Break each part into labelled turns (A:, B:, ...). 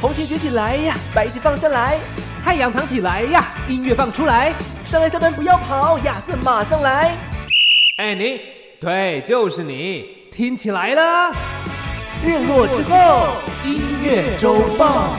A: 红裙举起来呀，白旗放下来，
B: 太阳藏起来呀，音乐放出来。
A: 上来下班不要跑，亚瑟马上来。
B: 哎，你，对，就是你，听起来了。
A: 日落之后，
B: 音乐周报。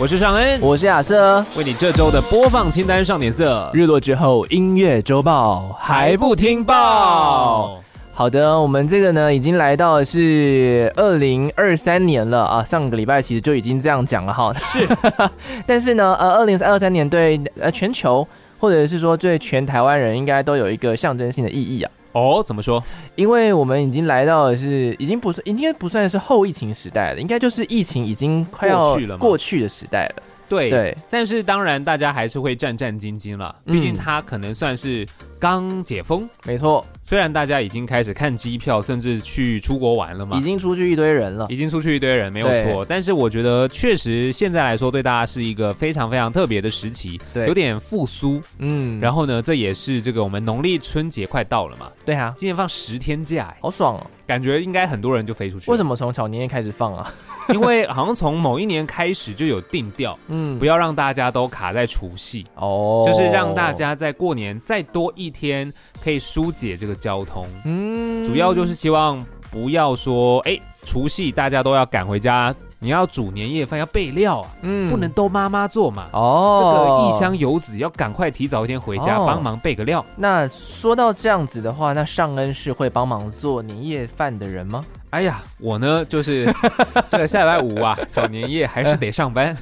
B: 我是尚恩，
A: 我是亚瑟。
B: 为你这周的播放清单上点色。
A: 日落之后，音乐周报还不听报？好的，我们这个呢，已经来到是二零二三年了啊。上个礼拜其实就已经这样讲了哈。
B: 是，
A: 但是呢，呃，二零二三年对呃全球或者是说对全台湾人应该都有一个象征性的意义啊。
B: 哦，怎么说？
A: 因为我们已经来到的是，已经不算，应该不算是后疫情时代了，应该就是疫情已经快要
B: 过去了吗
A: 过去的时代了。
B: 对
A: 对
B: 但是当然大家还是会战战兢兢了，毕竟
A: 嗯
B: 它可能算是刚解封。
A: 没错，
B: 虽然大家已经开始看机票，甚至去出国玩了嘛，
A: 已经出去一堆人了。
B: 已经出去一堆人，没有
A: 啊对
B: 错。但是我觉得确实现在来说，对大家是一个非常非常特别的时期，
A: 对
B: 有点复苏。
A: 嗯，
B: 然
A: 后
B: 后呢，这也是这个我们农历春节快到了嘛，
A: 对啊，
B: 今年放十天假，哎
A: 好爽哦！
B: 感觉应该很多人就飞出去。
A: 为什
B: 么？
A: 么从小年夜开始放啊？
B: 因为好像从某一年开始就有定调，
A: 嗯
B: 不，要让大家都卡在除夕。
A: 哦，
B: 就是让大，家在过年再多一天，可以疏解这个交通。
A: 嗯
B: 主要就是希望不要说，哎、除夕大家都要赶回家，你要煮年夜饭要备料啊，
A: 嗯
B: 不能都妈妈做嘛。这
A: 哦
B: 个异乡。游子要赶快提早一天回家
A: 哦
B: 帮忙备个料。
A: 那说到这样子的话，那尚恩是会帮忙做年夜饭的人吗？
B: 哎呀，我呢就是 这个下礼拜五啊， 小年夜还是得 上班，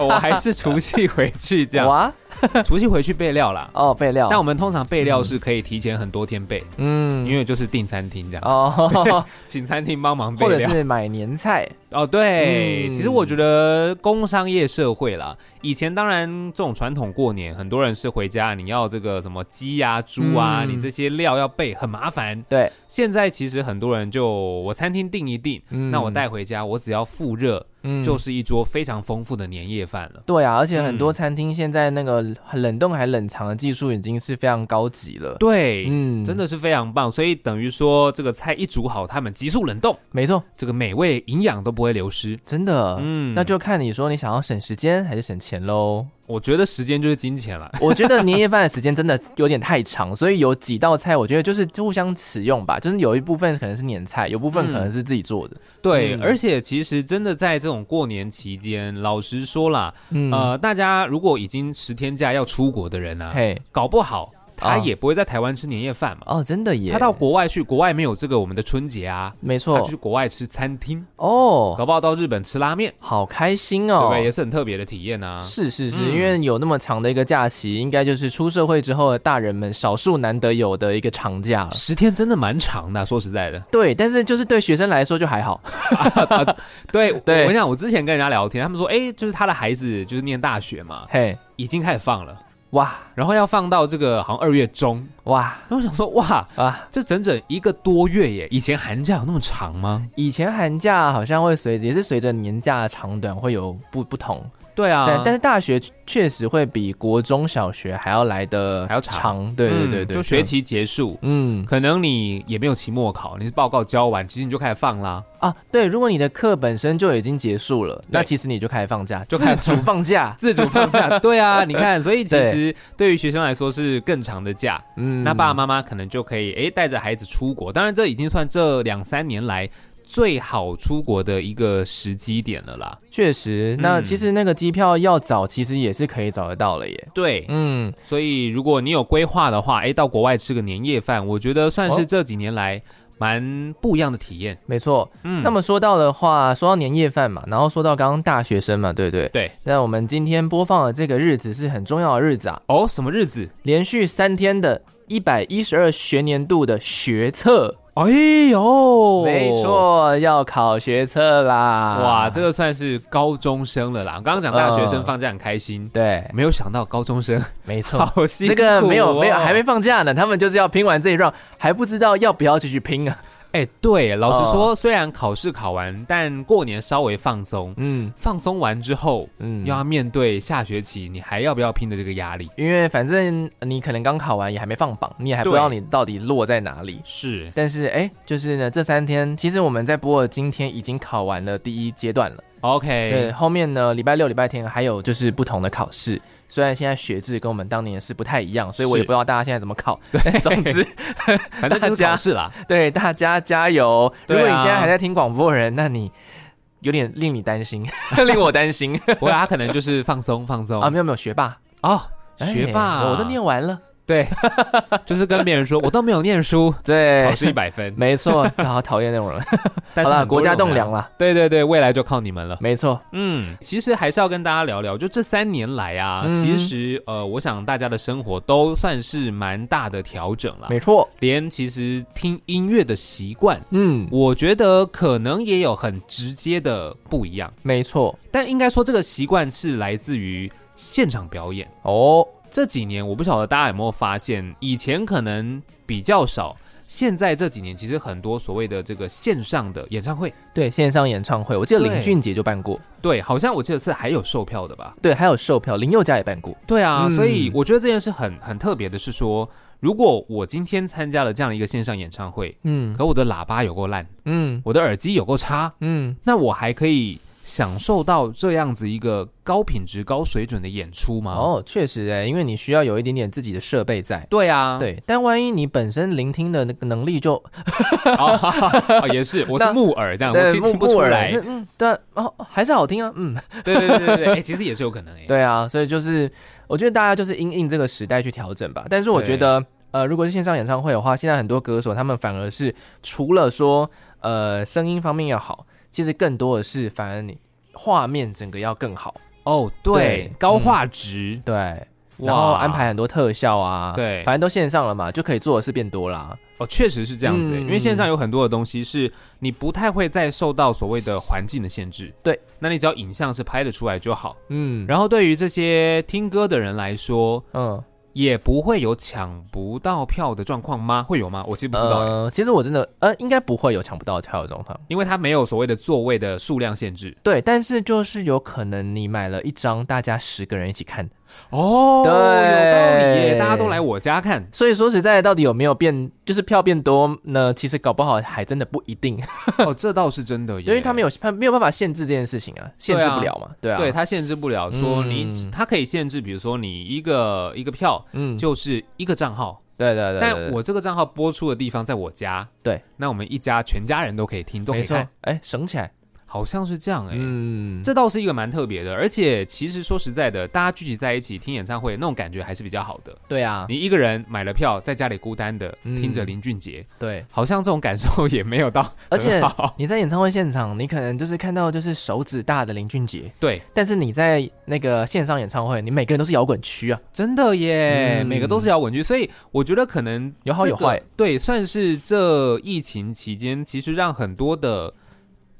B: 我还是除夕回去这样，
A: 哇，
B: 除夕回去备料啦。
A: 哦，备料。
B: 但我们通常备料是可以提前很多天备，
A: 嗯
B: 因为就是订餐厅这样。
A: 哦，
B: 请餐厅帮忙备
A: 或者
B: 料。
A: 是买年菜，
B: 哦，对，
A: 嗯
B: 其实我觉得工商业社会啦，以前当然这种传统过年，很多人是回家，你要这个什么鸡啊、猪啊，
A: 嗯
B: 你这些料要备，很麻烦。
A: 对，
B: 现在其实很多人就我餐厅订一订，
A: 嗯
B: 那我带回家，我只要复热，
A: 嗯
B: 就是一桌非常丰富的年夜饭了。
A: 对啊，而且很多
B: 嗯
A: 餐厅现在那个冷冻还冷藏的技术已经是非常高级了。
B: 对，
A: 嗯
B: 真的是非常棒。所以等于说，这个菜一煮好，他们急速冷冻，
A: 没错，
B: 这个美味营养都不会流失。
A: 真的。
B: 嗯，
A: 那就看你说你想要省时间还是省钱喽。
B: 我觉得时间就是金钱了。
A: 我觉得年夜饭的时间真的有点太长，所以有几道菜我觉得就是互相使用吧，就是有一部分可能是年菜，有部分可
B: 嗯
A: 能是自己做的。
B: 对，
A: 嗯
B: 而且其实真的在这种过年期间，老实说啦，
A: 嗯，
B: 呃，大家如果已经十天假要出国的人啊，
A: 嘿，
B: 搞不好他
A: 啊
B: 也不会在台湾吃年夜饭嘛，
A: 哦，真的耶，
B: 他到国外去，国外没有这个我们的春节啊，
A: 没
B: 他
A: 错
B: 就去国外吃餐厅，
A: 哦，
B: 搞不好到日本吃拉面，
A: 好开心
B: 对
A: 哦
B: 不。对？也是很特别的体验啊。
A: 是是是，
B: 嗯
A: 因为有那么长的一个假期，应该就是出社会之后的大人们少数难得有的一个长假了。
B: 十天真的蛮长的啊、说实 在的，
A: 对，但是就是对学生来说就还好。
B: 对我
A: 对
B: 我跟你讲，我之前跟人家聊天，他们说，哎，就是他的孩子就是念大学嘛，
A: 嘿，
B: 已经开始放了，
A: 哇
B: 然后要放到这个好像二月中，
A: 哇
B: 然后我想说，哇，
A: 啊！
B: 这整整一个多月耶！以前寒假有那么长吗？
A: 以前寒假好像会随着也是随着年假的长短会有不不同，
B: 对啊
A: 但但是大学确实会比国中小学还要来的
B: 还要长
A: 对对
B: 嗯
A: 对对，
B: 就学期结束，
A: 嗯
B: 可能你也没有期末考，你是报告交完，其实你就开始放啦，
A: 啊对，如果你的课本身就已经结束了，那
B: 对
A: 其实你就开始放假，
B: 就开始，
A: 自主放假
B: 自主放 假。对啊，你看，所以其实对于学生来说是更长的假，
A: 嗯
B: 那爸爸妈妈可能就可以诶带着孩子出国，当然这已经算这两三年来。最好出国的一个时机点了啦，
A: 确实，那
B: 嗯
A: 其实那个机票要找，其实也是可以找得到了耶。
B: 对，
A: 嗯，
B: 所以如果你有规划的话，诶，到国外吃个年夜饭，我觉得算
A: 哦
B: 是这几年来蛮不一样的体验。
A: 没错。
B: 嗯，
A: 那么说到的话，说到年夜饭嘛，然后说到刚刚大学生嘛，对不对？
B: 对。
A: 那我们今天播放的这个日子是很重要的日子啊，
B: 哦，什么日子？
A: 连续三天的一百一十二学年度的学测，
B: 哎呦，
A: 没，错，要考学测啦。
B: 哇，这个算是高中生了啦。刚刚讲大学生放假很开心，
A: 对，
B: 没有想到高中生
A: 没错。
B: 好辛苦、哦
A: 这个没有没有还没。放假呢，他们就是要拼完这一 round，还不知道要不要继续拼啊。
B: 哎、对，老实
A: 哦
B: 说，虽然考试考完，但过年稍微放松，
A: 嗯
B: 放松完之后，
A: 嗯，
B: 要面对下学期你还要不要拼的这个压力。
A: 因为反正呃你可能刚考完，也还没放榜，你也还不
B: 对
A: 知道你到底落在哪里。
B: 是，
A: 但是哎，就是呢，这三天其实我们在播的今天已经考完了第一阶段了。对，
B: OK，
A: 后面呢，礼拜六、礼拜天还有就是不同的考试。虽然现在学制跟我们当年是不太一样，所以我也
B: 是
A: 不知道大家现在怎么考。但 总之，
B: 反正就是
A: 大家
B: 考试啦。
A: 对大家加油！如
B: 对啊
A: 果你现在还在听广播的人，那你有点令你担心，令我担 心
B: 不过他可能就是放松放松
A: 啊！没有没有，学霸，
B: 哦，
A: 哎
B: 学霸，
A: 我都念完了。
B: 对， 就是跟别人说我都没有 念书，
A: 对
B: 考，试一百分，
A: 没错，哎好讨厌那种人。
B: 但是
A: 好了，
B: 很多
A: 国家
B: 人
A: 栋
B: 啊
A: 梁了，
B: 对对对，未来就靠你们了。
A: 没错。
B: 嗯，其实还是要跟大家聊聊，就这三年来啊，
A: 嗯
B: 其实呃，我想大家的生活都算是蛮大的调整了，
A: 没错，
B: 连其实听音乐的习惯，
A: 嗯，
B: 我觉得可能也有很直接的不一样，
A: 没错。
B: 但应该说这个习惯是来自于现场表演。
A: 哦，
B: 这几年我不晓得大家有没有发现，以前可能比较少。现在这几年，其实很多所谓的这个线上的演唱会，
A: 对，线上演唱会，我记得
B: 对
A: 林俊杰就办过，
B: 对，好像我记得是还有售票的吧？
A: 对，还有售票，林宥嘉也办过。
B: 对啊，
A: 嗯
B: 所以我觉得这件事很很特别的是说，如果我今天参加了这样一个线上演唱会，
A: 嗯
B: 可我的喇叭有够烂，
A: 嗯
B: 我的耳机有够差，
A: 嗯，
B: 那我还可以享受到这样子一个高品质、高水准的演出吗？，
A: 哦，确实哎，因为你需要有一点点自己的设备在。
B: 对啊，
A: 对，但万一你本身聆听的那个能力就
B: 哦， 哈哈哦也是，我是
A: 那
B: 木耳这样，我
A: 对
B: 听
A: 木
B: 听不出
A: 木耳
B: 来
A: 那。嗯，对，哦，还是好听啊，嗯，
B: 对对对对对，哎，其实也是有可能哎。
A: 对啊，所以就是我觉得大家就是因应这个时代去调整吧。但是我觉得，呃，如果是线上演唱会的话，现在很多歌手他们反而是除了说呃声音方面要好，其实更多的是反而你画面整个要更好，
B: 哦，对
A: 对，
B: 高画质，
A: 对，
B: 哇
A: 然后安排很多特效啊，
B: 对
A: 反正都线上了嘛，就可以做的事变多啦。
B: 哦，确实是这样子欸，
A: 嗯
B: 因为线上有很多的东西是你不太会再受到所谓的环境的限制。
A: 对，
B: 那你只要影像是拍得出来就好。
A: 嗯，
B: 然后对于这些听歌的人来说，
A: 嗯，
B: 也不会有抢不到票的状况吗？会有吗？我其实不知道欸、
A: 呃，其实我真的呃应该不会有抢不到票的状况。
B: 因为它没有所谓的座位的数量限制。
A: 对，但是就是有可能你买了一张，大家十个人一起看，
B: 哦，
A: 对
B: 有道理耶，大家都来我 家看。
A: 所以说实在的，到底有没有变，就是票变多呢？其实搞不好还真的不一定，
B: 哦，这倒是真的耶，
A: 因为他没有他没有办法限制这件事情啊，限制不了嘛，对啊，
B: 对它限制不了，说你
A: 嗯
B: 它可以限制，比如说你一个一个票
A: 嗯，
B: 就是一个账号。
A: 对对对对
B: 但我这个账号播出的地方在我家，
A: 对，
B: 那我们一家全家人都可以听，都可
A: 没
B: 以
A: 错
B: 看，，
A: 哎，省起来，
B: 好像是这样哎、
A: 嗯，
B: 这倒是一个蛮特别的，而且其实说实在的，大家聚集在一起听演唱会那种感觉还是比较好的。
A: 对啊，
B: 你一个人买了票，在家里孤单的
A: 嗯
B: 听着林俊杰，
A: 对，
B: 好像这种感受也没有 到
A: 而且
B: 很好
A: 你在演唱会现场，你可能就是看到就是手指大的林俊杰，
B: 对，
A: 但是你在那个线上演唱会，你每个人都是摇滚区啊，
B: 真的耶，
A: 嗯
B: 每个都是摇滚剧，所以我觉得可能
A: 有好有
B: 这个
A: 坏，
B: 对，算是这疫情期间，其实让很多的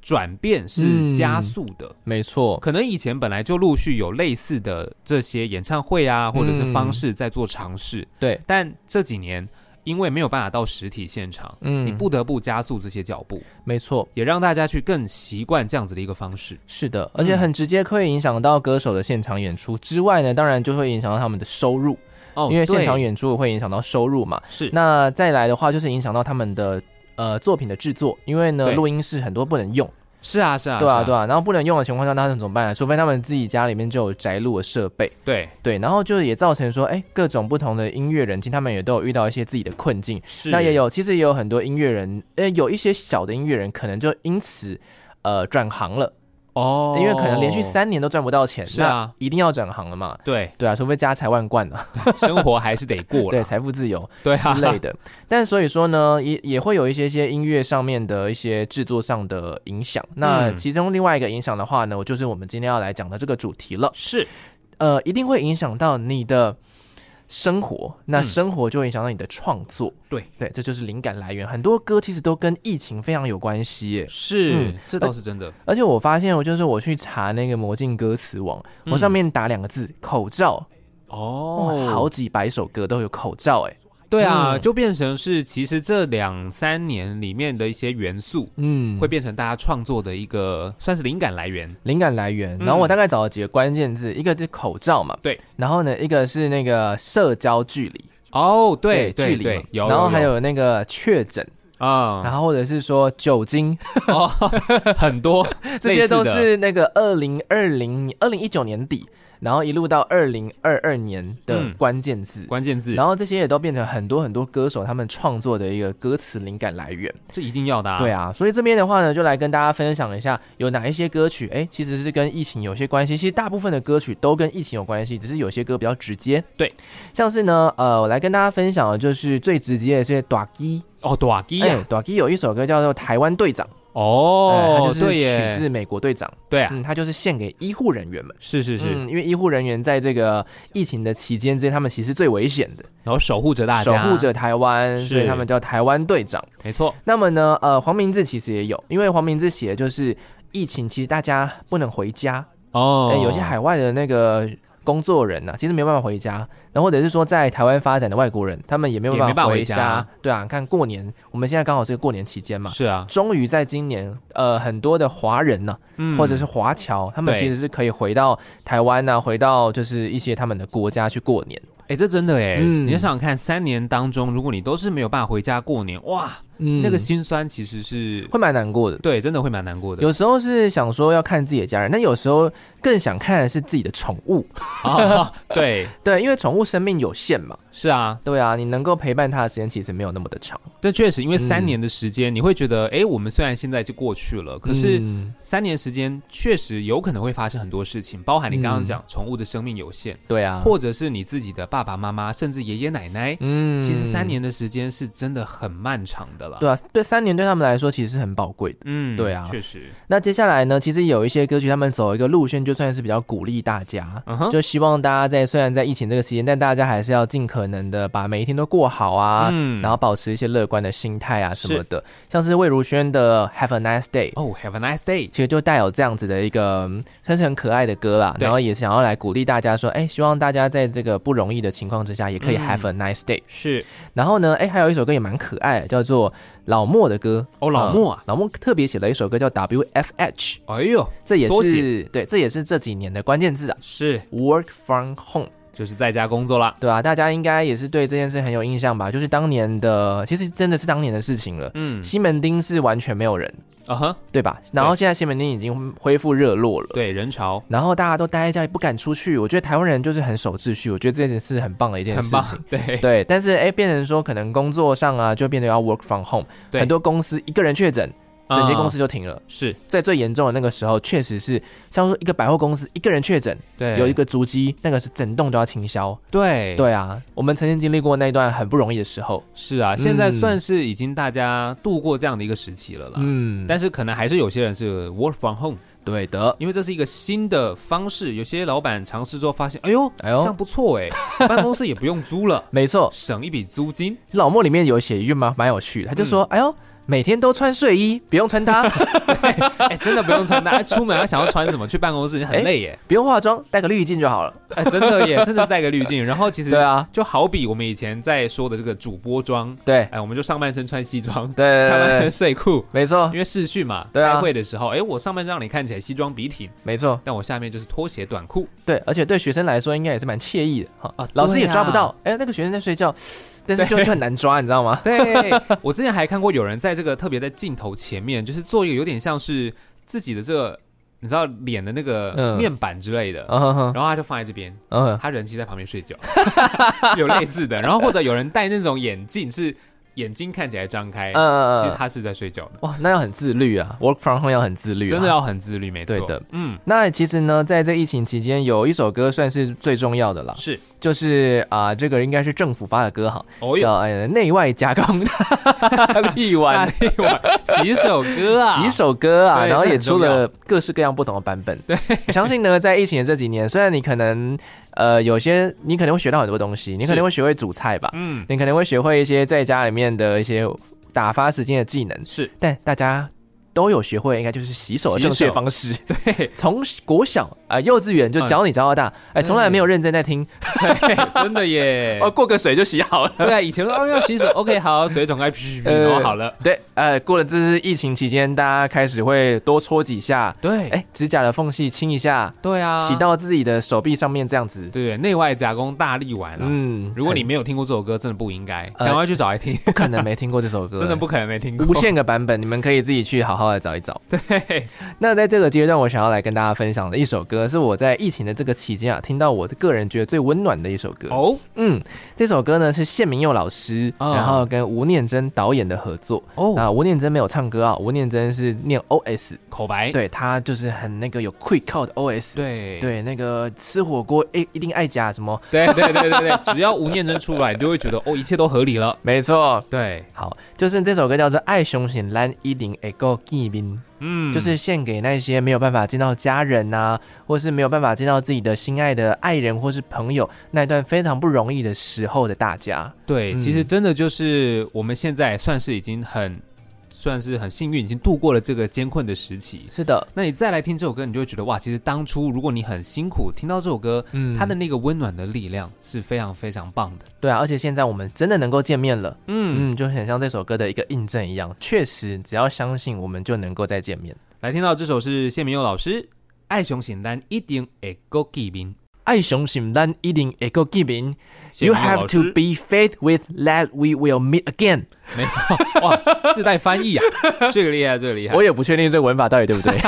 B: 转变是
A: 嗯
B: 加速的。
A: 没错，
B: 可能以前本来就陆续有类似的这些演唱会啊，或者是方式在做尝试，
A: 对，
B: 但这几年因为没有办法到实体现场，
A: 嗯，
B: 你不得不加速这些脚步，
A: 没错，
B: 也让大家去更习惯这样子的一个方式。
A: 是的，而且很直接会影响到歌手的现场演出之外呢，当然就会影响到他们的收入，
B: 哦
A: 因为现场
B: 也
A: 演出会影响到收入嘛。
B: 是
A: 那再来的话，就是影响到他们的呃作品的制作，因为呢
B: 对
A: 录音室很多不能用，
B: 是啊是啊，
A: 对啊对
B: 啊
A: 啊，然后不能用的情况下，那他们怎么办啊？除非他们自己家里面就有宅录的设备，
B: 对
A: 对，然后就也造成说，哎，各种不同的音乐人，其实他们也都有遇到一些自己的困境，
B: 是
A: 那也有，其实也有很多音乐人，呃，有一些小的音乐人可能就因此呃转行了。
B: 哦，
A: 因为可能连续三年都赚不到钱，
B: 是啊，
A: 一定要转行了嘛。
B: 对
A: 对啊，除非家财万贯啊，
B: 生活还是得 过
A: 对，
B: 了，
A: 财富自由
B: 对啊
A: 之类的。但所以说呢，也也会有一些一些音乐上面的一些制作上的影响。那
B: 嗯
A: 其中另外一个影响的话呢，我就是我们今天要来讲的这个主题了。
B: 是
A: 呃，一定会影响到你的生活，那
B: 嗯
A: 生活就会影响到你的创作。
B: 对
A: 对，这就是灵感来源。很多歌其实都跟疫情非常有关系耶。
B: 是
A: 嗯，
B: 这倒是真的。
A: 而且我发现，我就是我去查那个魔镜歌词网，我呃上面打两个字“口罩”，哇，
B: 嗯哦，
A: 好几百首歌都有口罩哎、
B: 对啊，
A: 嗯
B: 就变成是其实这两三年里面的一些元素，
A: 嗯，
B: 会变成大家创作的一个算是灵感来源。
A: 灵感来源。
B: 嗯
A: 然后我大概找了几个关键字，一个是口罩嘛，
B: 对，
A: 然后呢，一个是那个社交距离，
B: 哦，对对
A: 距离
B: 对
A: 嘛，
B: 有，
A: 然后还有那个确诊，
B: 啊，
A: 然后或者是说酒精，
B: 哦， 很 多
A: 这些都
B: 类似的
A: 是那个二零二零、二零一九年底，然后一路到二零二二年的
B: 嗯
A: 关键字。
B: 关键字，
A: 然后这些也都变成很多很多歌手他们创作的一个歌词灵感来源。
B: 这一定要的。
A: 对，啊，所以这边的话呢，就来跟大家分享一下有哪一些歌曲，哎，其实是跟疫情有些关系。其实大部分的歌曲都跟疫情有关系，只是有些歌比较直接。
B: 对，
A: 像是呢，呃，我来跟大家分享的就是最直接的是短基，
B: 哦，短基
A: 哎
B: 呀，
A: 短基有一首歌叫做《台湾队长》，哎它
B: 哦
A: 就，是
B: 对
A: 取
B: 耶，
A: 自美国队长，
B: 对啊，
A: 嗯，它就是献给医护人员们。
B: 是是是，
A: 嗯，因为医护人员在这个疫情的期间之间，他们其实最危险的，
B: 然后守护着大
A: 守
B: 家，
A: 护着台湾，
B: 是
A: 所以他们叫台湾队长。
B: 没错，
A: 那么呢，呃，黄明志其实也有，因为黄明志写的就是疫情，其实大家不能回家，
B: 哦
A: 哎、，有些海外的那个工作人啊呐、其实没办法回家，然后或者是说在台湾发展的外国人，他们也没有
B: 也没
A: 办
B: 办
A: 法
B: 法回
A: 回家。
B: 家
A: 对啊，你看过年，我们现在刚好是过年期间嘛。
B: 是啊，
A: 终于在今年，呃，很多的华人呐，
B: 嗯
A: 或者是华侨，他们
B: 对
A: 其实是可以回到台湾呐、回到就是一些他们的国家去过年。
B: 哎，这真的哎，
A: 嗯
B: 你就想想看，三年当中，如果你都是没有办法回家过年，哇，
A: 嗯
B: 那个心酸其实是，
A: 会蛮难过的。
B: 对，真的会蛮难过的。
A: 有时候是想说要看自己的家人，但有时候更想看的是自己的宠物。
B: 啊， 对，
A: 对，因为宠物生命有限嘛。
B: 是啊，
A: 对啊，你能够陪伴它的时间其实没有那么的长。
B: 但确实，因为三
A: 嗯
B: 年的时间，你会觉得，哎，我们虽然现在就过去了，可是
A: 嗯
B: 三年时间确实有可能会发生很多事情，包含你
A: 嗯
B: 刚刚讲宠物的生命有限，
A: 对啊，
B: 或者是你自己的爸爸妈妈，甚至爷爷奶奶。
A: 嗯
B: 其实三，年的时间是真的很漫长的了。
A: 对啊，对三年对他们来说其实是很宝贵的。
B: 嗯
A: 对啊
B: 确实，
A: 那接下来呢，其实有一些歌曲他们走一个路线，就算是比较鼓励大家。
B: 嗯哼，
A: 就希望大家在虽然在疫情这个期间，但大家还是要尽可能的把每一天都过好啊，
B: 嗯
A: 然后保持一些乐观的心态啊什么的。像是魏如萱的《Have a Nice Day》，
B: 哦，Have a nice day。
A: 其实就带有这样子的一个，嗯算是很可爱的歌啦。
B: 对
A: 然后也想要来鼓励大家说，哎，希望大家在这个不容易的情况之下，也可以
B: 嗯
A: have a nice day。
B: 是
A: 然后呢，哎，还有一首歌也蛮可爱的，叫做老莫的歌。嗯
B: 哦，老莫啊，
A: 老莫特别写了一首歌叫 WFH，
B: 哎呦，
A: 这也
B: 缩
A: 是
B: 写
A: 对，这也是这几年的关键字啊。
B: 是
A: Work from home，
B: 就是在家工作啦。
A: 对啊，大家应该也是对这件事很有印象吧？就是当年的，其实真的是当年的事情了。
B: 嗯，
A: 西门町是完全没有人，
B: 啊哈，
A: 对吧？然后现在西门町已经恢复热络了。
B: 对，人潮
A: 然后大家都待在家里不敢出去，我觉得台湾人就是很守秩序，我觉得这件事很棒的一件
B: 很
A: 事
B: 棒
A: 情。，
B: 对
A: 对，但是哎，变成说可能工作上啊，就变得要 work from home，
B: 对啊
A: 很多公司一个人确诊，整间公
B: 司
A: 司就停了。
B: 嗯是
A: 在最严重的那个时候，确实是像说一个百货公司一个人确诊，
B: 对
A: 有一个足迹，那个是整栋都要清消。
B: 对
A: 对啊，我们曾经经历过那段很不容易的时候。
B: 是啊，现在算是已经大家度过这样的一个时期了啦。
A: 嗯，
B: 但是可能还是有些人是 work from home，
A: 对的。
B: 因为这是一个新的方式。有些老板尝试之后发现，哎呦，
A: 哎
B: 这样
A: 呦，
B: 不错 哎，办公室也不用租了，
A: 没错，
B: 省一笔租金。
A: 老莫里面有写一句蛮蛮有趣的，他就
B: 嗯
A: 说：“哎呦，每天都穿睡衣，不用穿搭。”
B: 哎，真的不用 穿搭，出门要想要穿什么？去办公室很累耶。
A: 不用化妆，戴个滤镜就好了。
B: 哎，真的 耶，真的是带个滤镜。然后其实
A: 对啊，
B: 就好比我们以前在说的这个主播装，
A: 对
B: 哎，我们就上半身穿西装，
A: 对
B: 下
A: 对
B: 半
A: 对
B: 身
A: 对，
B: 睡裤，
A: 没错
B: 因为视讯嘛，
A: 对啊
B: 开会的时候，哎，我上半身让你看起来西装笔挺，
A: 没错，
B: 但我下面就是拖鞋短裤。
A: 对，而且对学生来说应该也是蛮惬意的哈。
B: 啊
A: 老师也
B: 对啊
A: 抓不到，哎、那个学生在睡觉，但是就
B: 对
A: 就很难抓，你知道 吗？
B: 对，我之前还看过有人在这个特别在镜头前面，就是做一个有点像是自己的这个，你知道脸的那个
A: 嗯
B: 面板之类的，
A: 嗯哼哼
B: 然后他就放在这边，
A: 嗯，
B: 他人其实在旁边睡觉， 有类似的。然后或者有人戴那种眼镜，是眼睛看起来张开，
A: 嗯
B: 哎其实
A: 嗯，
B: 他是在睡觉的，
A: 哇，那要很自律啊，work from home 要很自律、啊，
B: 真的。要很自律，没错。
A: 对的，
B: 嗯，
A: 那其实呢，在这疫情期间，有一首歌算是最重要的了，
B: 是。
A: 就是啊、这个应该是政府发的歌哈，
B: 哦哟，
A: 叫呃内外夹攻力
B: 大
A: 丸
B: 力丸，洗手歌啊，
A: 几首歌啊，
B: 对
A: 然后
B: 这
A: 也
B: 很
A: 出
B: 重要
A: 了各式各样不同的版本。对，相信 呢，在疫情的这几年，虽然你可能呃有些你可能会学到很多东西，你可能会学会煮菜吧，
B: 嗯，
A: 你可能会学会一些在家里面的一些打发时间的技能，
B: 是
A: 但大家。都有学会，应该就是洗手的正确方 式。对，从国小啊、呃
B: 嗯
A: 幼稚园就教你教到大，哎、从来没有认真在听，
B: 对真的耶
A: 哦，。过个水就洗好 了。
B: 对啊，以前说哦要洗手 ，OK 好，水桶盖噗噗噗，然后好了。
A: 对，呃，过了这是疫情期间，大家开始会多搓几下，
B: 对，
A: 哎，指甲的缝隙清一下，
B: 对啊，
A: 洗到自己的手臂上面这样子。
B: 对内外夹攻大力丸了。
A: 嗯，
B: 如果你没有听过这首歌，真的不应该，
A: 呃
B: 赶快去找来听，
A: 不可能没听过这首歌，哎
B: 真的不可能没听过。
A: 无限个版本，你们可以自己去好好的找一找。对，那在这个阶段，我想要来跟大家分享的一首歌，是我在疫情的这个期间啊，听到我个人觉得最温暖的一首歌。
B: 哦
A: 嗯，这首歌呢是谢明佑老师，
B: 啊
A: 然后跟吴念真导演的合作。
B: 哦，
A: 啊，吴念真没有唱歌啊，吴念真是念 OS，
B: 口白
A: 对他就是很那个有 quick call 的 OS，
B: 对
A: 对，那个吃火锅一一定爱加什么？
B: 对对对对对，只要吴念真出来，你就会觉得哦，一切都合理了。
A: 没错，
B: 对，
A: 好，就是这首歌叫做《爱雄醒蓝一零 A Go 见面》。
B: 嗯
A: 就是献给那些没有办法见到家人呐、或是没有办法见到自己的心爱的爱人或是朋友那一段非常不容易的时候的大家。
B: 对，
A: 嗯
B: 其实真的就是我们现在算是已经很算是很幸运，已经度过了这个艰困的时期。
A: 是的，
B: 那你再来听这首歌，你就会觉得哇，其实当初如果你很辛苦，听到这首歌，
A: 嗯
B: 它的那个温暖的力量是非常非常棒的。
A: 对啊，而且现在我们真的能够见面了，
B: 嗯，
A: 嗯，就很像这首歌的一个印证一样。确实，只要相信，我们就能够再见面。
B: 来听到这首是谢明佑老师《爱熊简单一定会够记名
A: 爱雄心咱一定会够见面。》。
B: 谢
A: You
B: 明佑
A: have
B: 老师
A: to be faith with that we will meet again。
B: 没错，哇， 自带翻译啊，这个厉害，这个厉害
A: 我。也不确定这个文法到底对不对。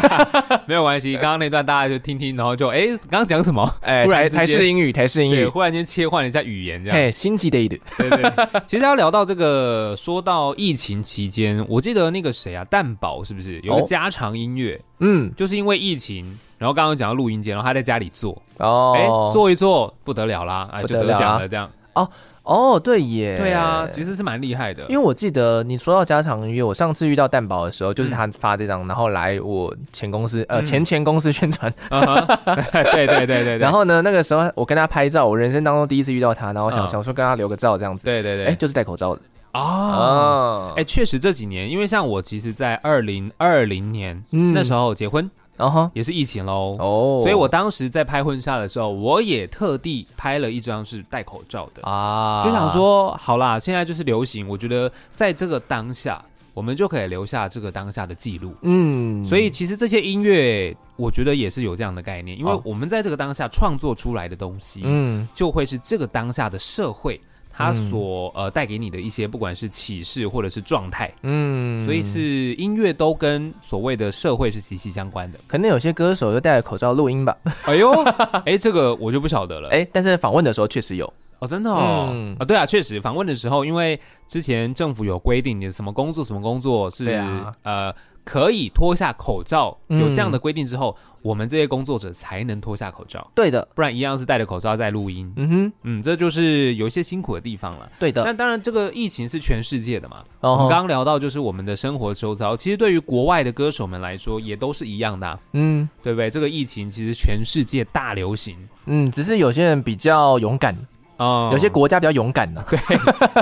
B: 没有关系，刚刚那段大家就听听，然后就哎，刚刚讲什么？
A: 哎，
B: 忽然
A: 台
B: 之
A: 台
B: 间
A: 式英语，台式英
B: 对，
A: 语。
B: 忽然间切换了一下语言，这样。
A: 哎，新奇的一 点。
B: 对对，其实要聊到这个，说到疫情期间，我记得那个谁啊，蛋宝是不是有个
A: 哦
B: 加长音乐？
A: 嗯，
B: 就是因为疫情，然后刚刚讲到录音间，然后他在家里做，
A: 哦，
B: 哎、做一做不得了啦，哎，
A: 不
B: 就
A: 得
B: 得
A: 了啊
B: 奖了这样。
A: 哦，对耶，
B: 对啊，其实是蛮厉害的
A: 因为。我记得你说到家常音乐，我上次遇到蛋宝的时候，就是他发这张，然后来我前公司，呃，
B: 嗯
A: 前前公司宣传。
B: 嗯哼 对对对对 对，
A: 然后呢，那个时候我跟他拍照，我人生当中第一次遇到他，然后我想
B: 嗯
A: 想说跟他留个照这样子，
B: 对对对，
A: 哎，就是戴口罩的
B: 啊，
A: 啊，
B: 哎，，确实这几年，因为像我其实，在二零二零年
A: 嗯
B: 那时
A: 候，
B: 候结婚
A: 然后
B: 也是疫情喽。
A: 哦，
B: 所以我当时在拍婚纱的时候，我也特地拍了一张是戴口罩的，
A: 啊
B: 就想，说，好啦，现在就是流行，我觉得在这个当下，我们就可以留下这个当下的记录。
A: 嗯，
B: 所以其实这些音乐，我觉得也是有这样的概念，因为
A: 哦
B: 我们在这个当下创作出来的东西，
A: 嗯，
B: 就会是这个当下的社会它
A: 嗯
B: 所呃带给你的一些，不管是启示或者是状态。
A: 嗯嗯，
B: 所以是音乐都跟所谓的社会是息息 相关的。
A: 可能有些歌手就戴着口罩录音吧，
B: 哎呦，哎，这个我就不晓得了。
A: 哎，但是访问的时候确实有，
B: 哦，真的哦，
A: 嗯
B: 啊，对啊，确实访问的时候，因为之前政府有规定，你什么工作什么工作是、
A: 对啊
B: 呃可以脱下口罩，有这样
A: 嗯
B: 的规定之后，我们这些工作者才能脱下口罩，
A: 对的，
B: 不然一样是戴着口罩在录音。
A: 嗯哼，
B: 嗯，这就是有一些辛苦的地方了。
A: 对哦的，
B: 那当然，这个疫情是全世界的嘛。
A: 然
B: 我们
A: 后
B: 刚刚聊到，就是我们的生活周遭，其实对于国外的歌手们来说，也都是一样的啊、
A: 嗯。
B: 对不对？这个疫情其实全世界大流行，
A: 嗯，只是有些人比较勇敢，
B: 啊，
A: 有 些国家比较勇敢呢、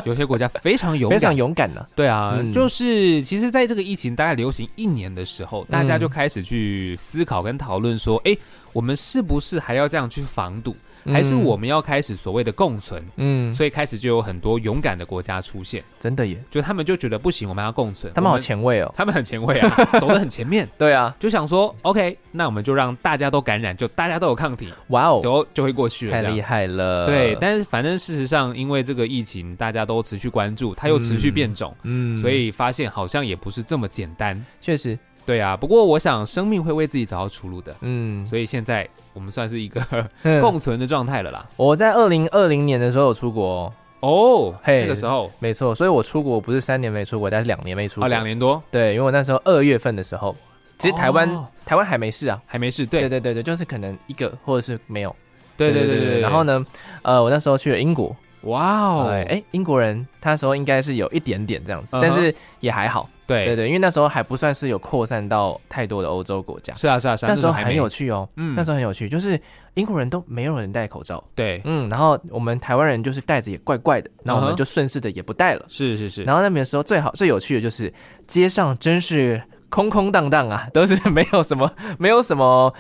B: 有些国家非常勇
A: 非
B: 敢
A: 常，勇敢呢、
B: 对啊，
A: 嗯
B: 就是其实，在这个疫情大概流行一年的时
A: 嗯
B: 候，大家就开始去思考跟讨论说，哎、我们是不是还要这样去防堵，还是我，们要开始所谓的共存？
A: 嗯，
B: 所以开始就有很多勇敢的国家出现，
A: 真的耶，
B: 就他们就觉得不行，我们要共存，
A: 他们好
B: 我，
A: 前卫哦。
B: 他们很前卫 啊，走得很前面，
A: 对啊，
B: 就想说，OK，那我们就让大家都感染，就大家都有抗体，
A: 哇
B: 然
A: 哦，
B: 后就会过去了。
A: 太
B: 这样
A: 厉害了。
B: 对，但是反正事实上，因为这个疫情，大家都持续关注，它又持续变种，
A: 嗯
B: 所以发现好像也不是这么简单。
A: 确实，
B: 对啊，不过我想生命会为自己找到出路的，
A: 嗯，
B: 所以现在我们算是 一个
A: 嗯
B: 共存的状态了啦。
A: 我在二零二零年的时候有出国哦、
B: 哦，
A: 嘿
B: 那个时候
A: 没错，所以我出国不是三年没出国，但是两年没出国。
B: 啊，两。年多
A: 对，因为我那时候二月份的时候，其实台湾、
B: 哦
A: 台湾还没事啊。
B: 还没事，对
A: 对对对，就是可能一个或者是没有。
B: 对对对
A: 然后
B: 呢？
A: 呢，呃，我那时候去了英国，
B: 哇哦，
A: 哎、哎英国人他那时候应该是有一点点这样子，
B: 嗯哼哎
A: 但是也还好。对
B: 对
A: 对，因为那时候还不算是有扩散到太多的欧洲国家。
B: 是啊是啊是啊，
A: 那时候
B: 还
A: 很
B: 没
A: 有，趣哦，
B: 嗯
A: 那时候很有趣，就是英国人都没有人戴口罩，
B: 对，
A: 嗯，然后我们台湾人就是戴着也怪怪的，那我
B: 嗯
A: 们
B: 哼
A: 就顺势的也不戴了。
B: 是是是，
A: 然后那边的时候最好最有趣的就是街上真是空空荡荡啊， 都是没有什么没有什么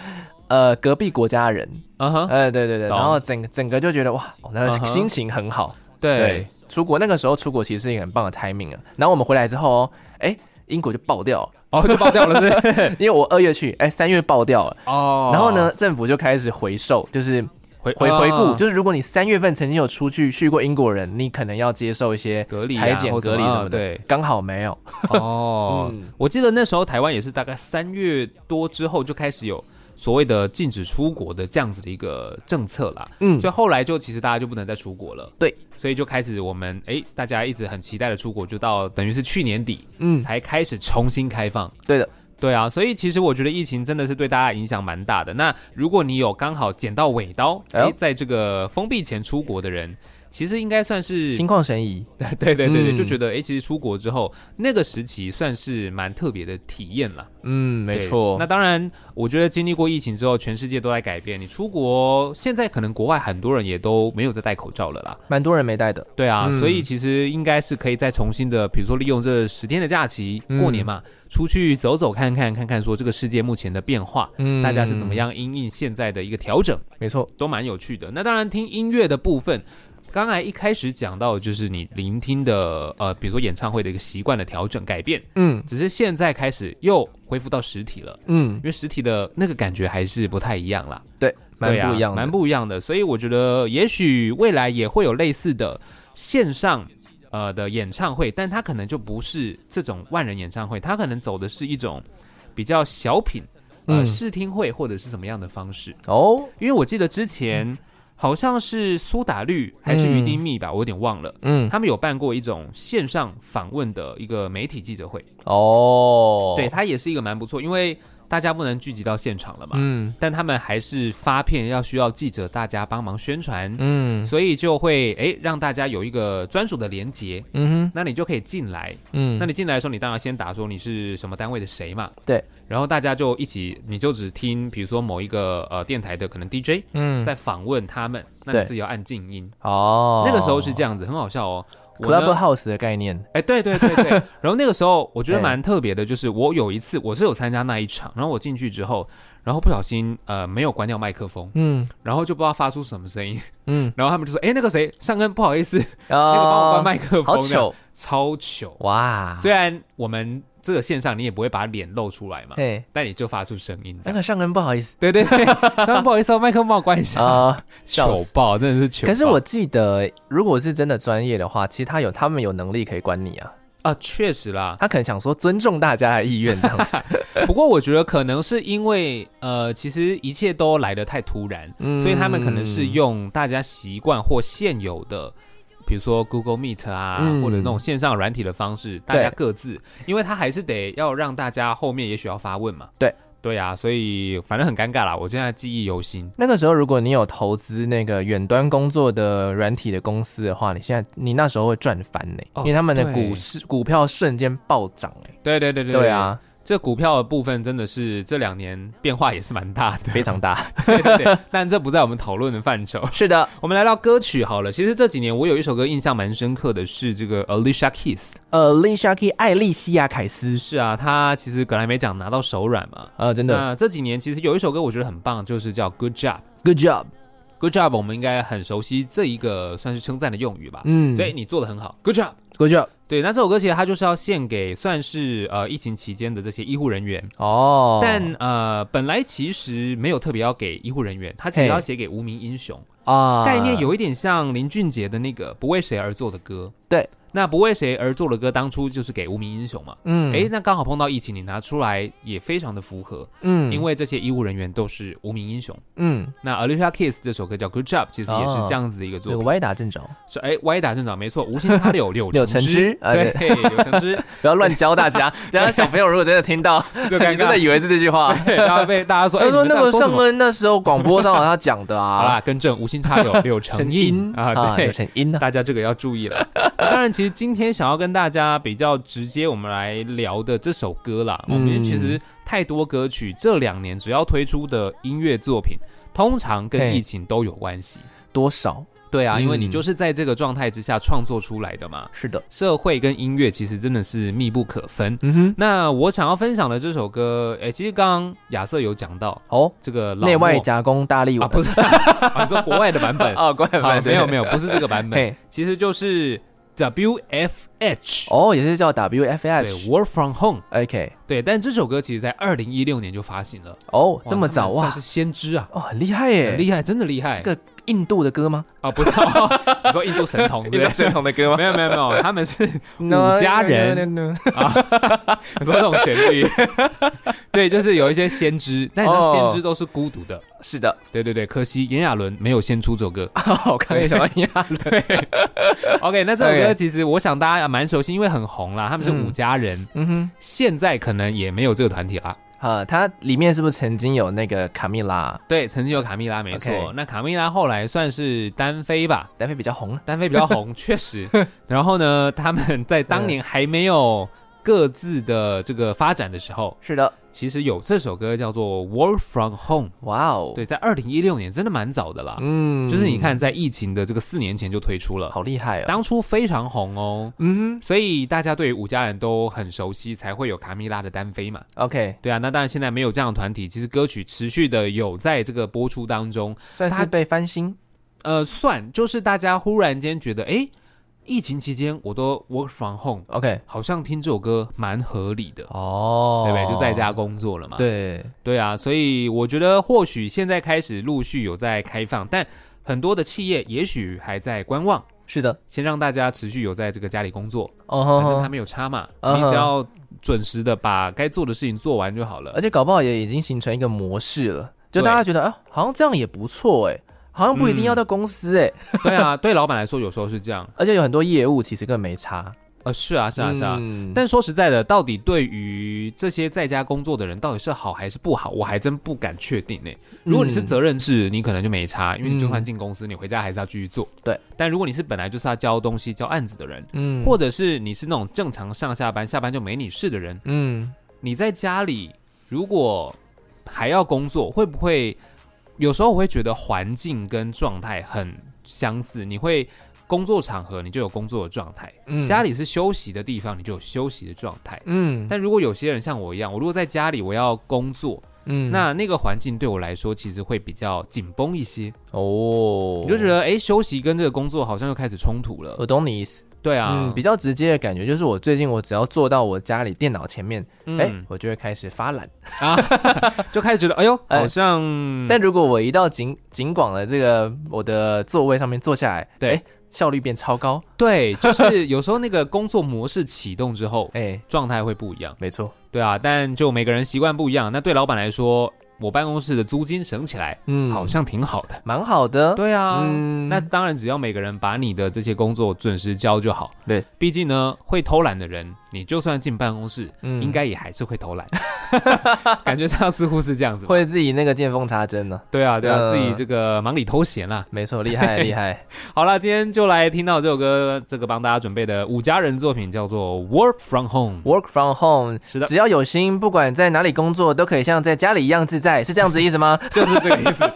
A: 呃隔壁国家的人，
B: 嗯哼，
A: 呃对对对，
B: 懂
A: 然后整整个就觉得哇，我那
B: 嗯哼
A: 心情很好。
B: 对，，
A: 出国那个时候出国其实是一个很棒的 timing 啊。然后我们回来之后哦，哎、英国就爆掉了，
B: 哦，就爆掉了，对 不对？
A: 因为我二月去，哎、三月爆掉了。
B: 哦，
A: 然后呢，政府就开始回收，就是
B: 回，啊
A: 回
B: 回
A: 回顾，就是如果你三月份曾经有出去去过英国人，你可能要接受一些
B: 隔离啊
A: 裁剪、
B: 或什
A: 隔
B: 么
A: 离什么
B: 啊
A: 的。
B: 对，
A: 刚好没有。
B: 哦
A: 嗯，
B: 我记得那时候台湾也是大概三月多之后就开始有所谓的禁止出国的这样子的一个政策啦。
A: 嗯，
B: 所以后来就其实大家就不能再出国了，
A: 对，
B: 所以就开始我们哎，大家一直很期待的出国，就到等于是去年底
A: 嗯，
B: 才开始重新开放。
A: 对的，
B: 对啊，所以其实我觉得疫情真的是对大家影响蛮大的。那如果你有刚好捡到尾刀，
A: 哎呦
B: 哎，在这个封闭前出国的人，其实应该算是
A: 心旷神怡。
B: 对对对对，
A: 嗯
B: 就觉得哎，诶其实出国之后那个时期算是蛮特别的体验了。
A: 嗯，没
B: 对
A: 错
B: 那。当然，我觉得经历过疫情之后，全世界都在改变。你出国，现在可能国外很多人也都没有在戴口罩了啦。
A: 蛮多人没带的。
B: 对啊，
A: 嗯
B: 所以其实应该是可以再重新的，比如说利用这十天的假期，
A: 嗯
B: 过年嘛，出去走走看看，看看说这个世界目前的变化，
A: 嗯
B: 大家是怎么？样因应现在的一个调整。
A: 没错。
B: 都蛮有趣的。那当然，听音乐的部分，刚才一开始讲到，就是你聆听的呃，比如说演唱会的一个习惯的调整改变，
A: 嗯
B: 只是现在开始又恢复到实体了，
A: 嗯
B: 因，为实体的那个感觉还是不太一样啦，
A: 对，蛮
B: 对啊
A: 不一样的。
B: 蛮不一样的。所以我觉得，也许未来也会有类似的线上。呃的演唱会，但它可能就不是这种万人演唱会，它可能走的是一种比较小品，呃
A: 嗯
B: 试听会或者是什么样的方式。
A: 哦。
B: 因为我记得之前
A: 嗯
B: 好像是苏打绿还是于丁密吧，我有点忘了，
A: 嗯
B: 他们有办过一种线上访问的一个媒体记者会，
A: 哦，
B: 对，，它也是一个蛮不错，因为大家不能聚集到现场了嘛，
A: 嗯
B: 但他们还是发片要需要记者大家帮忙宣传，
A: 嗯
B: 所以就会诶让大家有一个专属的连接。
A: 嗯哼
B: 那你就可以进来。
A: 嗯，
B: 那你进来的时候，你当然先打说你是什么单位的谁嘛。
A: 对。
B: 然后大家就一起，你就只听，比如说某一个呃电台的可能 DJ，
A: 嗯
B: 在访问他们，那你
A: 对
B: 自己要按静音。
A: 哦，
B: 那个时候是这样子，很好笑哦。我呢，
A: Clubhouse 的概念。
B: 哎，对对对 对。然后那个时候我觉得
A: 哎
B: 蛮特别的，就是我有一次我是有参加那一场，然后我进去之后，然后不小心呃没有关掉麦克风，
A: 嗯
B: 然后就不知道发出什么声音，
A: 嗯
B: 然后他们就说：“哎，那个谁，上恩不好意思，
A: 啊，
B: 那个帮我关麦克
A: 好
B: 风。”，
A: 糗
B: 超糗。
A: 哇！
B: 虽然我们这个线上你也不会把脸露出来嘛，
A: 嘿，
B: 但你就发出声音这
A: 哎那
B: 样。
A: 个上人不好意 思
B: 对对对，上恩不好意思哦，麦克风帮我关一 下。
A: 啊，笑
B: 糗
A: 死
B: 爆，真的是糗爆。
A: 可是我记得，如果是真的专业的话，其实他有他们有能力可以管你啊。
B: 啊，确实啦，
A: 他可能想说尊重大家的意愿这样 子。
B: 不过我觉得可能是因为呃，其实一切都来得太突然，
A: 嗯
B: 所以他们可能是用大家习惯或现有的。比如说 Google Meet 啊，
A: 嗯
B: 或者那种线上软体的方式，大家各自，因为他还是得要让大家后面也许要发问嘛。
A: 对
B: 对啊，所以反正很尴尬啦，我现在记忆犹新。
A: 那个时候，如果你有投资那个远端工作的软体的公司的话，你现在你那时候会赚翻呢、
B: 哦
A: 因为他们的
B: 对
A: 股市股票瞬间暴涨哎、
B: 对对对对
A: 对，啊，
B: 这股票的部分真的是这两年变化也是蛮大的，
A: 非常大。
B: 对对对，但这不在我们讨论的范畴。
A: 是的，
B: 我们来到歌曲好了，其实这几年我有一首歌印象蛮深刻的是这个 Alicia Keys，
A: 呃，Alicia Key 艾丽西亚凯斯，
B: 是啊，她其实格莱美奖拿到手软嘛。
A: 呃，真的
B: 那这几年其实有一首歌我觉得很棒，就是叫 Good Job。
A: ，Good job，
B: Good Job，我们应该很熟悉这一个算是称赞的用语吧。
A: 嗯，
B: 所以你做的很好，Good job。
A: ，Good job，
B: 对，那这首歌其实它就是要献给算是呃疫情期间的这些医护人员，
A: 哦，
B: 但呃本来其实没有特别要给医护人员，它其实
A: 嘿
B: 要写给无名英雄。
A: 啊，
B: 概念有一点像林俊杰的那个《不为谁而作的歌》。
A: 对，
B: 那《不为谁而作的歌》当初就是给无名英雄嘛。
A: 嗯，
B: 诶，那刚好碰到疫情，你拿出来也非常的符合，
A: 嗯，
B: 因为这些医务人员都是无名英雄。
A: 嗯，
B: 那 Alicia Keys 这首歌叫《Good Job》，其实也是这样子的一个
A: 哦那
B: 作
A: 个
B: 品。
A: 歪打正着，
B: 是哎，歪打正着，没错，无心插柳 柳
A: 柳
B: 橙
A: 橙
B: 汁，
A: 汁啊
B: 对，柳橙汁，
A: 不要乱教大 家。等下小朋友如果真的听到，
B: 就
A: 你
B: 尴
A: 真的
B: 尬。
A: 以为是这句话。
B: 对，大家被大家说，哎，
A: 他说
B: 你们
A: 那
B: 在
A: 个
B: 说什
A: 上
B: 么？
A: 恩那时候广播上他讲的
B: 好
A: 啊
B: 啦，，更正，无心插柳 柳成荫啊，对
A: 有，成音啊，
B: 大家这个要注意了。 当然，其实今天想要跟大家比较直接，我们来聊的这首歌啦。
A: 嗯
B: 我们其实太多歌曲这两年只要推出的音乐作品，通常跟
A: 嘿
B: 疫情都有关系。
A: 多少？
B: 对啊，因为你
A: 嗯
B: 就是在这个状态之下创作出来的嘛。
A: 是的，
B: 社会跟音乐其实真的是密不可分。
A: 嗯哼，
B: 那我想要分享的这首歌，哎，其实刚刚亚瑟有讲到
A: 哦，
B: 这个老
A: 内外
B: 莫
A: 加工大力
B: 啊，
A: 丸
B: 不是， 啊你说国外的版本？
A: 哦，怪 不
B: 好
A: 得，
B: 没有没有，不是这个版本，
A: 嘿，
B: 其实就是 WFH，
A: 哦，也是叫
B: 对
A: WFH，OK，
B: ，Work from Home，对，但这首歌其实在二零一六年就发行了，
A: 哦
B: 哇，
A: 这么早
B: 他们
A: 哇
B: 算是，先知啊，
A: 哦，很厉害耶，
B: 很厉害，真的厉害。
A: 这个印度的歌吗？
B: 啊， 不是，哦你说印度神童对不对？
A: 统的歌
B: 没有没有没有，他们 是五家人，你说这种旋律， 对，就是有一些先知，但你知道先知都是孤独的，
A: 是的，
B: 对对对，可惜炎亚纶没有先出这首歌。
A: 我刚才想到一 样，
B: OK，那这首歌
A: OK
B: 其实我想大家蛮熟悉，因为很红啦，他们是
A: 嗯
B: 五家人，
A: 嗯
B: 现在可能也没有这个团体啦。
A: 哼，啊，它里面是不是曾经有那个卡蜜拉？
B: 对，曾经有卡蜜拉，没错。
A: OK
B: 那卡蜜拉后来算是单飞吧，
A: 单飞比较红啊了，
B: 单飞比较 红，确实。然后呢，他们在当年还没有各自的这个发展的时候，
A: 是的，
B: 其实有这首歌叫做《Work from Home
A: 哇哦》，，
B: 对，在二零一六年真的蛮早的啦，
A: 嗯
B: 就是你看在疫情的这个四年前就推出了，
A: 好厉害哦，
B: 当初非常红哦。
A: 嗯
B: 所以大家对于五家人都很熟悉，才会有卡蜜拉的单飞嘛。
A: 哼，OK，
B: 对啊，那当然现在没有这样的团体，其实歌曲持续的有在这个播出当中，
A: 算
B: 它
A: 是被翻新，
B: 呃，算就是大家忽然间觉得，诶，疫情期间我都 work from home，
A: OK，
B: 好像听这首歌蛮合理的，
A: 哦，
B: 对不对？就在家，工作了嘛。
A: 对，
B: 对啊，所以我觉得或许现在开始陆续有在开放，但很多的企业也许还在观望，
A: 是的，
B: 先让大家持续有在这个家里工作，
A: 哦
B: 反正
A: 吼
B: 他
A: 吼，
B: 们有差嘛，
A: 嗯
B: 你
A: 哼
B: 只要准时的把该做的事情做完就好了
A: 而。且搞不好也已经形成一个模式了，就
B: 对嗯
A: 大家觉得啊，好像这样也不错哎，好像不一定要到公司哎，
B: 对啊，对老板来说有时候是这样，
A: 而且有很多业务其实根本没差，
B: 呃，是啊，是啊，是啊。
A: 嗯
B: 但说实在的，到底对于这些在家工作的人，到底是好还是不好，我还真不敢确定呢、如果你是
A: 嗯
B: 责任制，你可能就没差，因为你就
A: 嗯
B: 算进公司，你回家还是要继续做。
A: 对。
B: 但如果你是本来就是要交东西、交案子的人，
A: 嗯
B: 或者是你是那种正常上下班、下班就没你事的人，
A: 嗯，
B: 你在家里如果还要工作，会不会有时候我会觉得环境跟状态很相似？你会工作场合你就有工作的状态，
A: 嗯
B: 家里是休息的地方，你就有休息的状态。
A: 嗯
B: 但如果有些人像我一样，我如果在家里我要工作，
A: 嗯
B: 那那个环境对我来说其实会比较紧绷一些。
A: 哦，
B: 你就觉得，哎，休息跟这个工作好像又开始冲突了。
A: 我懂你意思，
B: 对啊
A: 嗯，，比较直接的感觉就是我最近我只要坐到我家里电脑前面，
B: 嗯
A: 哎，我就会开始发懒。
B: 就开始觉得，哎呦，
A: 哎
B: 好 像，
A: 但如果我一到景景广的这个我的座位上面坐下来，
B: 对
A: 哎，效率变超高，
B: 对，就是有时候那个工作模式启动之后，
A: 哎，
B: 状态会不一样。
A: 没错，
B: 对啊，但就每个人习惯不一样。那对老板来说，我办公室的租金省起来，
A: 嗯
B: 好像挺好的。
A: 蛮好的，
B: 对啊，
A: 嗯
B: 那当然，只要每个人把你的这些工作准时交就好。
A: 对，
B: 毕竟呢，会偷懒的人，你就算进办公室，
A: 嗯
B: 应该也还是 会偷懒。感觉上似乎是这样子吧。
A: 会自己那个见缝插针呢，
B: 对啊，对啊，
A: 呃
B: 自己这个忙里偷闲啦。
A: 没错，厉害厉害，
B: 好啦，今天就来听到这首歌，这个帮大家准备的五家人作品叫做《Work from Home》。
A: Work from home，
B: 是的
A: 只要有心，不管在哪里工作，都可以像在家里一样自在，是这样子的意思吗？
B: 就是这个意思。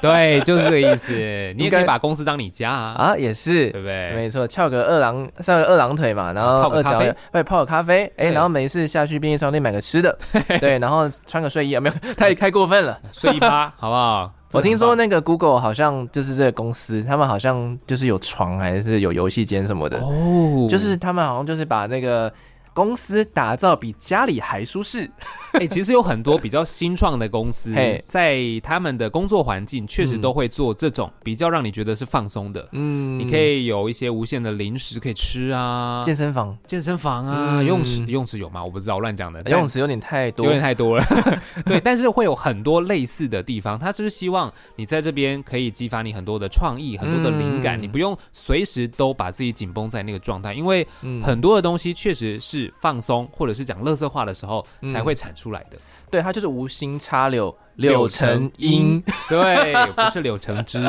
B: 对，就是这个意思。你也
A: 应
B: 可以
A: 该
B: 把公司当你家啊，
A: 啊，也是
B: 对，不对？啊
A: 没错，翘个二郎，翘个二郎腿嘛，然
B: 泡
A: 后
B: 个
A: 二
B: 咖
A: 脚
B: 啡，
A: 对，泡个咖啡，哎，
B: 对
A: 然后没事下去便利商店买个吃 的，对，然后穿个睡衣啊，没有，太太过分了。
B: 睡一趴，好不好？
A: 我听说
B: 呢，
A: 那个 Google 好像就是这个公司，他们好像就是有床还是有游戏间什么的，
B: 哦，
A: 就是他们好像就是把那个公司打造比家里还舒适。
B: 哎、其实有很多比较新创的公司
A: 嘿，
B: 在他们的工作环境确实
A: 嗯
B: 都会做这种比较让你觉得是放松的。
A: 嗯，
B: 你可以有一些无限的零食可以吃啊，健
A: 健身房、
B: 健身房啊，
A: 嗯
B: 游泳池游泳池有吗？我不知道，乱讲的。
A: 游泳池有点太
B: 但
A: 多
B: 有点太多了， 对，但是会有很多类似的地方，它就是希望你在这边可以激发你很多的创意、很多的灵感，
A: 嗯
B: 你不用随时都把自己紧绷在那个状态，因为
A: 嗯
B: 很多的东西确实是放松或者是讲乐色话的时候
A: 嗯
B: 才会产出来的。
A: 对，它就是无心插柳，柳成英，
B: 对，不是柳橙汁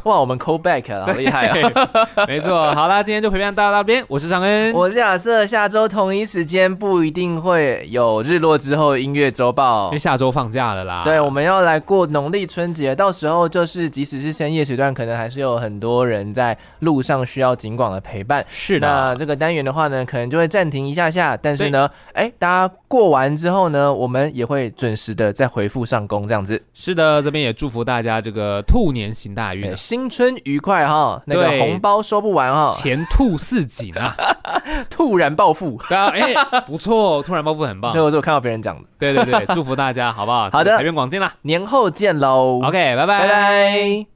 A: 。哇，我们 call back 了，好厉害啊！
B: 没错，好啦，今天就陪伴大家到这边，我是尚恩，
A: 我是亚瑟，下周同一时间不一定会有日落之后音乐周报
B: 因为。下周放假了啦。
A: 对，我们要来过农历春节，到时候就是即使是深夜时段，可能还是有很多人在路上需要警广的陪伴。
B: 是
A: 那
B: 的，
A: 这个单元的话呢，可能就会暂停一下下，但是呢，哎，大家过完之后呢，我们也会准时的再回复上工这样子。
B: 是的，这边也祝福大家这个兔年行大运
A: 哎
B: 啊，
A: 新春愉快哈，那个
B: 对
A: 红包收不完 哈，
B: 前兔似锦 啊！
A: 突然暴富，
B: 对啊，哎、不错哦，突然暴富很 棒
A: 这。我是我看到别人讲的。
B: 对对对，祝福大家，好不好？
A: 好的
B: 财源广进啦。
A: 年后见喽，
B: OK，拜
A: 拜拜。